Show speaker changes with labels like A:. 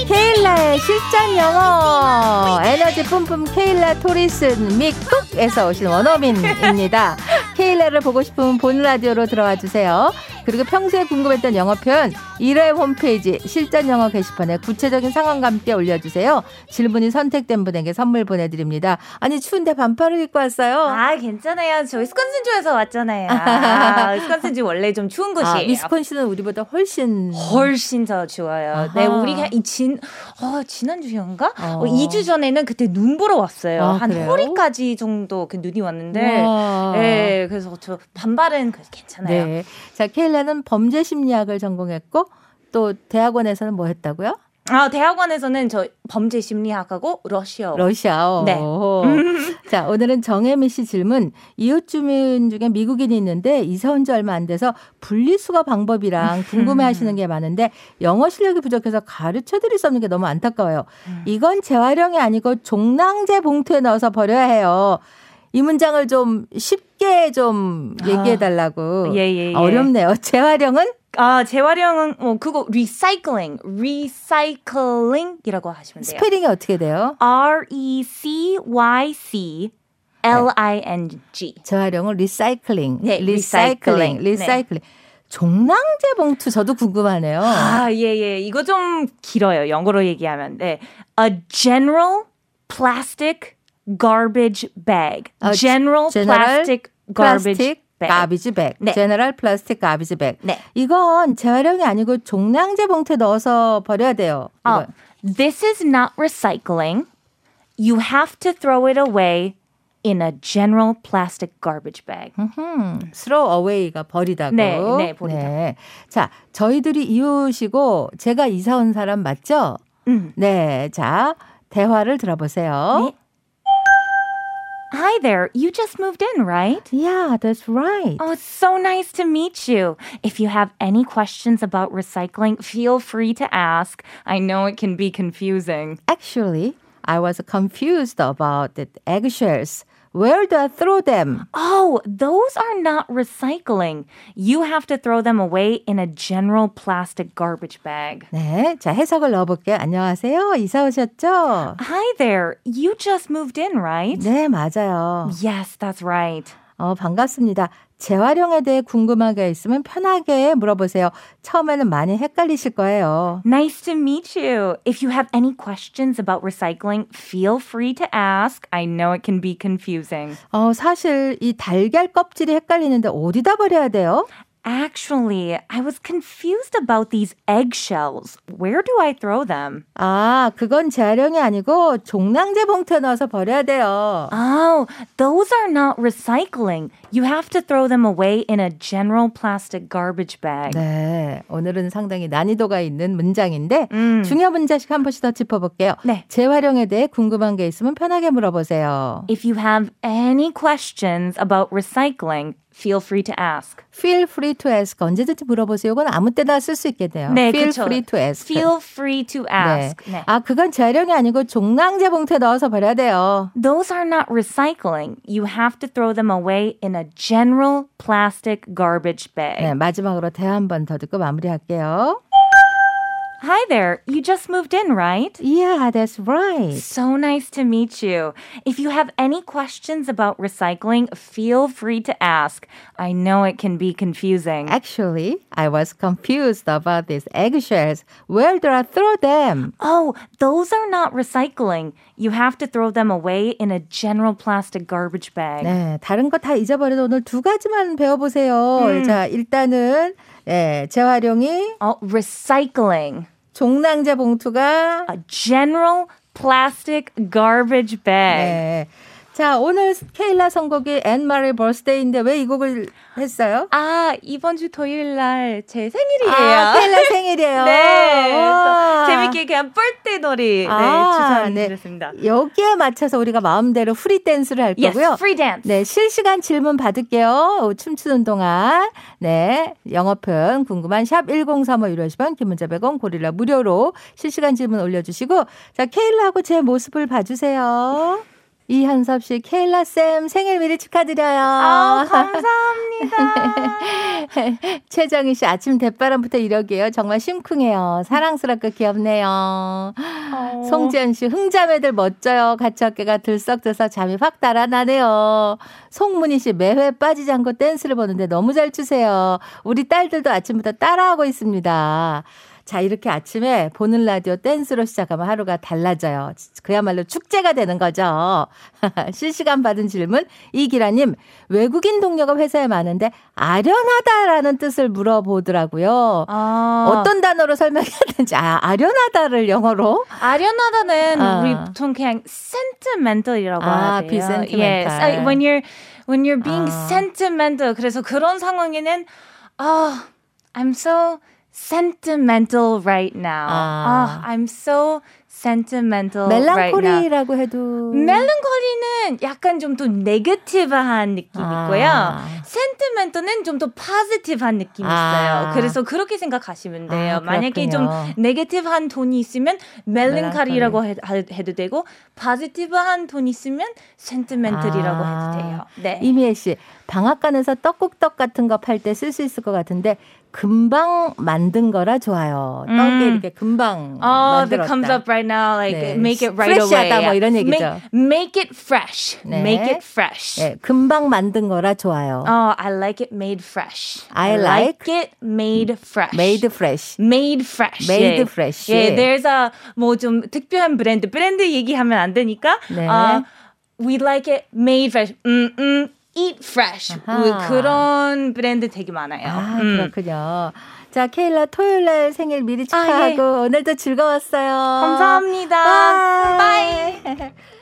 A: 네, 실전 영어 에너지 뿜뿜 케일라 토리슨 믹북에서 오신 원어민입니다. 케일라를 보고 싶으면 본 라디오로 들어와 주세요. 그리고 평소에 궁금했던 영어 표현 1회 홈페이지 실전 영어 게시판에 구체적인 상황과 함께 올려주세요. 질문이 선택된 분에게 선물 보내드립니다. 아니 추운데 반팔을 입고 왔어요.
B: 아, 괜찮아요. 저 위스콘신주에서 왔잖아요. 아, 위스콘신주 원래 좀 추운
A: 아,
B: 곳이에요.
A: 위스콘신은 우리보다 훨씬
B: 훨씬 더 추워요.
A: 아하.
B: 네, 우리가 이진 어, 지난주인가?
A: 어.
B: 어. 2주 전에는 그때 눈 보러 왔어요.
A: 아,
B: 한
A: 그래요?
B: 허리까지 정도 그 눈이 왔는데
A: 우와.
B: 네, 그래서 저 반발은 그래서 괜찮아요.
A: 네. 자, 케일라는 범죄 심리학을 전공했고 또 대학원에서는 뭐 했다고요?
B: 아, 대학원에서는 저 범죄 심리학하고 러시아어.
A: 러시아어.
B: 네.
A: 자, 오늘은 정혜미 씨 질문. 이웃 주민 중에 미국인이 있는데 이사 온 지 얼마 안 돼서 분리수거
B: 음.
A: 방법이랑 궁금해 하시는 게 많은데 영어 실력이 부족해서 가르쳐 드릴 수 없는 게 너무 안타까워요.
B: 음.
A: 이건 재활용이 아니고 종량제 봉투에 넣어서 버려야 해요. 이 문장을 좀 쉽게 좀
B: 아.
A: 얘기해 달라고. 아,
B: 예, 예, 예.
A: 그 어렵네요. 재활용은
B: 아, 재활용은 뭐 그거 리사이클링, 리사이클링이라고 하시면 돼요.
A: 스페링이 어떻게 돼요?
B: R E C Y C L I N G.
A: 재활용은 리사이클링.
B: 네,
A: 리사이클링.
B: 리사이클링. 네.
A: 리사이클링. 종량제 봉투 저도 궁금하네요.
B: 아, 예, 예. 이거 좀 길어요. 영어로 얘기하면. 네. A general plastic garbage bag.
A: 아,
B: general,
A: general
B: plastic garbage
A: 플라스틱
B: bag.
A: 가비지 백.
B: 네.
A: 제너럴 플라스틱 가비지 백.
B: 네.
A: 이건 재활용이 아니고 종량제 봉투에 넣어서 버려야 돼요.
B: 어,
A: 이건.
B: this is not recycling. You have to throw it away in a general plastic garbage bag.
A: 음, throw away가 버리다고.
B: 네, 네, 버리다.
A: 네. 자, 저희들이 이웃이고 제가 이사 온 사람 맞죠?
B: 음.
A: 네.
B: 네.
A: 자, 대화를 들어보세요.
B: Hi there. You just moved in, right?
A: Yeah, that's right.
B: Oh, it's so nice to meet you. If you have any questions about recycling, feel free to ask. I know it can be confusing.
A: Actually, I was confused about the eggshells. Where do I throw them?
B: Oh, those are not recycling. You have to throw them away in a general plastic garbage bag.
A: 네, 자 해석을 넣어볼게요. 안녕하세요. 이사 오셨죠?
B: Hi there. You just moved in, right?
A: 네, 맞아요.
B: Yes, that's right.
A: 어, 반갑습니다. 재활용에 대해 궁금한 게 있으면 편하게 물어보세요. 처음에는 많이 헷갈리실 거예요.
B: Nice to meet you. If you have any questions about recycling, feel free to ask. I know it can be confusing.
A: 어, 사실 이 달걀 껍질이 헷갈리는데 어디다 버려야 돼요?
B: Actually, I was confused about these eggshells. Where do I throw them?
A: 아, 그건 재활용이 아니고 종량제 봉투에 넣어서 버려야 돼요.
B: Oh, those are not recycling. You have to throw them away in a general plastic garbage bag.
A: 네, 오늘은 상당히 난이도가 있는 문장인데 중요 문자식 한 번씩 더 짚어볼게요.
B: 음. 네.
A: 재활용에 대해 궁금한 게 있으면 편하게 물어보세요.
B: If you have any questions about recycling, feel free to ask.
A: Feel free to ask 언제든지 물어보세요. 이건 아무 때나 쓸 수 있겠네요. Feel
B: 그쵸.
A: free to ask.
B: Feel free to ask.
A: 네.
B: 네.
A: 아, 그건 재활용이 아니고 종량제 봉투에 넣어서 버려야 돼요.
B: Those are not recycling. You have to throw them away in a general plastic garbage bag.
A: 네, 마지막으로 대화 한 번 더 듣고 마무리할게요.
B: Hi there. You just moved in, right?
A: Yeah, that's right.
B: So nice to meet you. If you have any questions about recycling, feel free to ask. I know it can be confusing.
A: Actually, I was confused about these eggshells. Where do I throw them?
B: Oh, those are not recycling. You have to throw them away in a general plastic garbage bag.
A: 네, 다른 거 다 잊어버려도 오늘 두 가지만 배워보세요.
B: 음.
A: 자, 일단은 예, 재활용이
B: Oh, recycling.
A: 종량제 봉투가
B: A general plastic garbage bag.
A: 네. 자, 오늘 케일라 선곡이 앤 마리 버스데이인데 왜 이 곡을 했어요?
B: 아, Ah, 이번 주 토요일 날 제 생일이에요.
A: 아, 케일라 생일이에요.
B: 네.
A: 와.
B: 그래서 재밌게 그냥 뻘떼 놀이 네,
A: 아, 네.
B: 추천드렸습니다.
A: 여기에 맞춰서 우리가 마음대로 프리 댄스를 할
B: Yes,
A: 거고요.
B: free dance.
A: 네, 실시간 질문 받을게요. 어, 춤추는 동안. 네, 영어 표현 궁금한 샵 1035 이러시면 김문자 100원 고릴라 무료로 실시간 질문 올려주시고, 자, 케일라하고 제 모습을 봐주세요. 이한섭 씨, 케일라 쌤 생일 미리 축하드려요.
B: 아, 감사합니다.
A: 최정희 씨, 아침 대바람부터 이러게요. 정말 심쿵해요. 사랑스럽고 귀엽네요.
B: 어.
A: 송지연 씨, 흥자매들 멋져요. 같이 어깨가 들썩들썩 잠이 확 달아나네요. 송문희 씨, 매회 빠지지 않고 댄스를 보는데 너무 잘 추세요. 우리 딸들도 아침부터 따라하고 있습니다. 자, 이렇게 아침에 보는 라디오 댄스로 시작하면 하루가 달라져요. 그야말로 축제가 되는 거죠. 실시간 받은 질문, 이기라님, 외국인 동료가 회사에 많은데 아련하다라는 뜻을 물어보더라고요.
B: 아.
A: 어떤 단어로 설명해야 되는지, 아, 아련하다를 영어로?
B: 아련하다는
A: 아.
B: 우리 보통 그냥 sentimental이라고
A: 아,
B: 하대요.
A: be sentimental.
B: Yes. I, when you're when you're being
A: 아.
B: sentimental. 그래서 그런 상황에는 아, I'm so sentimental right now.
A: 아.
B: 아, I'm so sentimental 어, right now.
A: 멜랑콜리라고 해도.
B: 멜랑콜리는 약간 좀 더 네거티브한 느낌
A: 아.
B: 있고요. 센티멘트는 좀 더 파지티브한 느낌
A: 아.
B: 있어요. 그래서 그렇게 생각하시면 돼요.
A: 아,
B: 만약에 좀
A: 그렇군요.
B: 네거티브한 돈이 있으면 멜랑콜리라고 해- 하- 해도 되고 파지티브한 돈이 있으면 센티멘트리라고
A: 아.
B: 해도 돼요. 네.
A: 이미혜 씨, 방앗간에서 떡국떡 같은 거 팔 때 쓸 수 있을 것 같은데 금방 만든 거라 좋아요. 떡이
B: 음.
A: 이렇게 금방
B: Oh, that
A: 만들었다.
B: comes up right now. Like
A: 네.
B: make it right
A: fresh하다
B: away.
A: 뭐 이런 얘기죠.
B: Make, make it fresh.
A: 네.
B: Make it fresh.
A: 예, 금방 만든 거라 좋아요.
B: Oh, I like it made fresh.
A: I like
B: it made fresh.
A: Made fresh.
B: made fresh.
A: Made
B: 예.
A: fresh.
B: 예, there's a 뭐 좀 특별한 브랜드 브랜드 얘기하면 안 되니까.
A: 네.
B: 아, we like it made fresh. 음, 음, eat fresh.
A: 아하.
B: 우, 그런 브랜드 되게 많아요.
A: 아,
B: 음.
A: 그렇군요. 자, 케일라 토요일 날 생일 미리
B: 아, 예.
A: 축하하고 오늘도 즐거웠어요.
B: 감사합니다.
A: Bye.